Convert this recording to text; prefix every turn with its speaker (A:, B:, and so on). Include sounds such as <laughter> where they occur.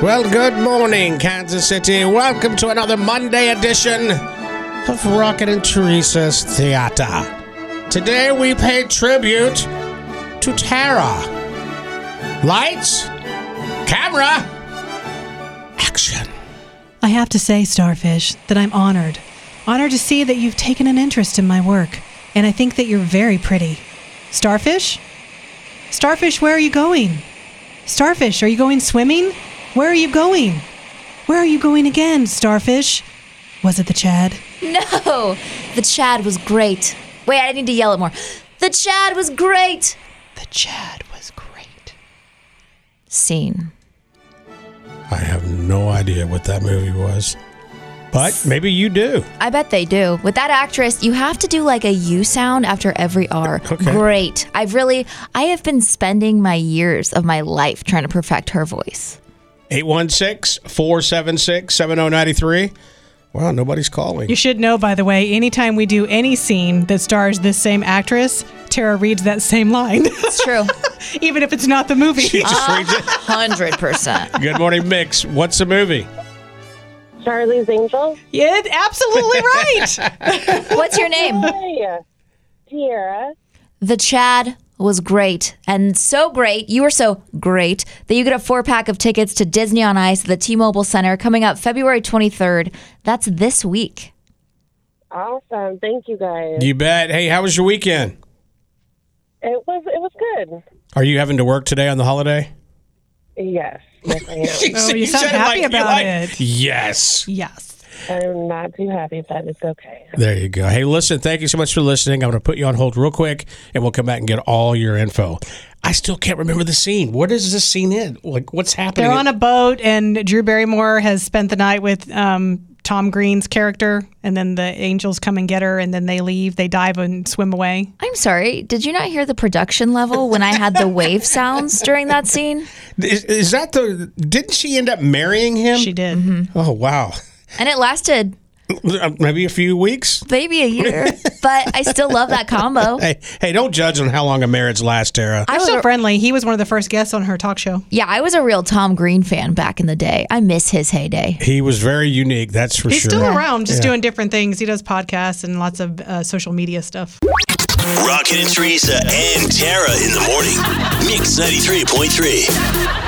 A: Well, good morning, Kansas City. Welcome to another Monday edition of Rocket and Teresa's Theater. Today we pay tribute to Tara. Lights, camera, action.
B: I have to say, Starfish, that I'm honored. Honored to see that you've taken an interest in my work, and I think that you're very pretty. Starfish? Starfish, where are you going? Starfish, are you going swimming? Where are you going? Where are you going again, Starfish? Was it the Chad?
C: No, the Chad was great. Wait, I need to yell it more. The Chad was great.
B: The Chad was great.
C: Scene.
A: I have no idea what that movie was, but maybe you do.
C: I bet they do. With that actress, you have to do like a U sound after every R.
A: Okay.
C: Great. I've really, I have been spending my years of my life trying to perfect her voice.
A: 816 476 7093. Well, nobody's calling. <laughs>
B: You should know, by the way, anytime we do any scene that stars this same actress, Tara reads that same line, <laughs>
C: It's true.
B: even if it's not the movie.
A: She just reads it. <laughs>
C: 100%.
A: Good morning, Mix. What's the movie?
D: Charlie's Angels.
B: Yeah, absolutely right.
C: What's your name?
D: Hey, Tiara.
C: The Chad was great and so great. You were so great that you get a four pack of tickets to Disney on Ice at the T Mobile Center coming up February 23rd. That's this week.
D: Awesome. Thank you guys.
A: You bet. Hey, how was your weekend?
D: It was it was good.
A: Are you having to work today on the holiday?
D: Yes. Yes, I
B: <laughs> Oh, you sound
A: said
B: happy
A: you
B: about it.
A: Yes.
B: yes.
D: am. I'm not too happy, but it's okay.
A: There you go. Hey, listen, thank you so much for listening. I'm going to put you on hold real quick and we'll come back and get all your info. I still can't remember the scene. What is this scene in? Like, what's happening?
B: They're on a boat, and Drew Barrymore has spent the night with um, Tom Green's character, and then the angels come and get her, and then they leave. They dive and swim away.
C: I'm sorry, did you not hear the production level when I had the wave sounds during that scene?
A: is, is that the. Didn't she end up marrying him?
B: She did.
A: Oh, wow. <laughs>
C: And it lasted
A: Maybe a few weeks?
C: maybe a year, but I still love that combo.
A: Hey, hey, don't judge on how long a marriage lasts, Tara.
B: Oh, They're so friendly. He was one of the first guests on her talk show.
C: Yeah, I was a real Tom Green fan back in the day. I miss his heyday.
A: He was very unique, that's for
B: He's
A: sure.
B: still around, just doing different things. He does podcasts and lots of uh, social media stuff.
E: Rocket and Teresa and Tara in the morning. Mix 93.3.